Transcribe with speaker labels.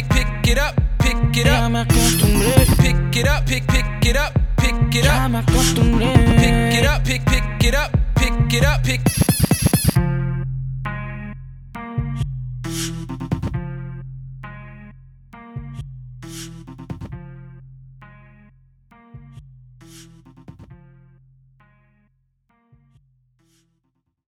Speaker 1: pick it up, pick it up, pick it up.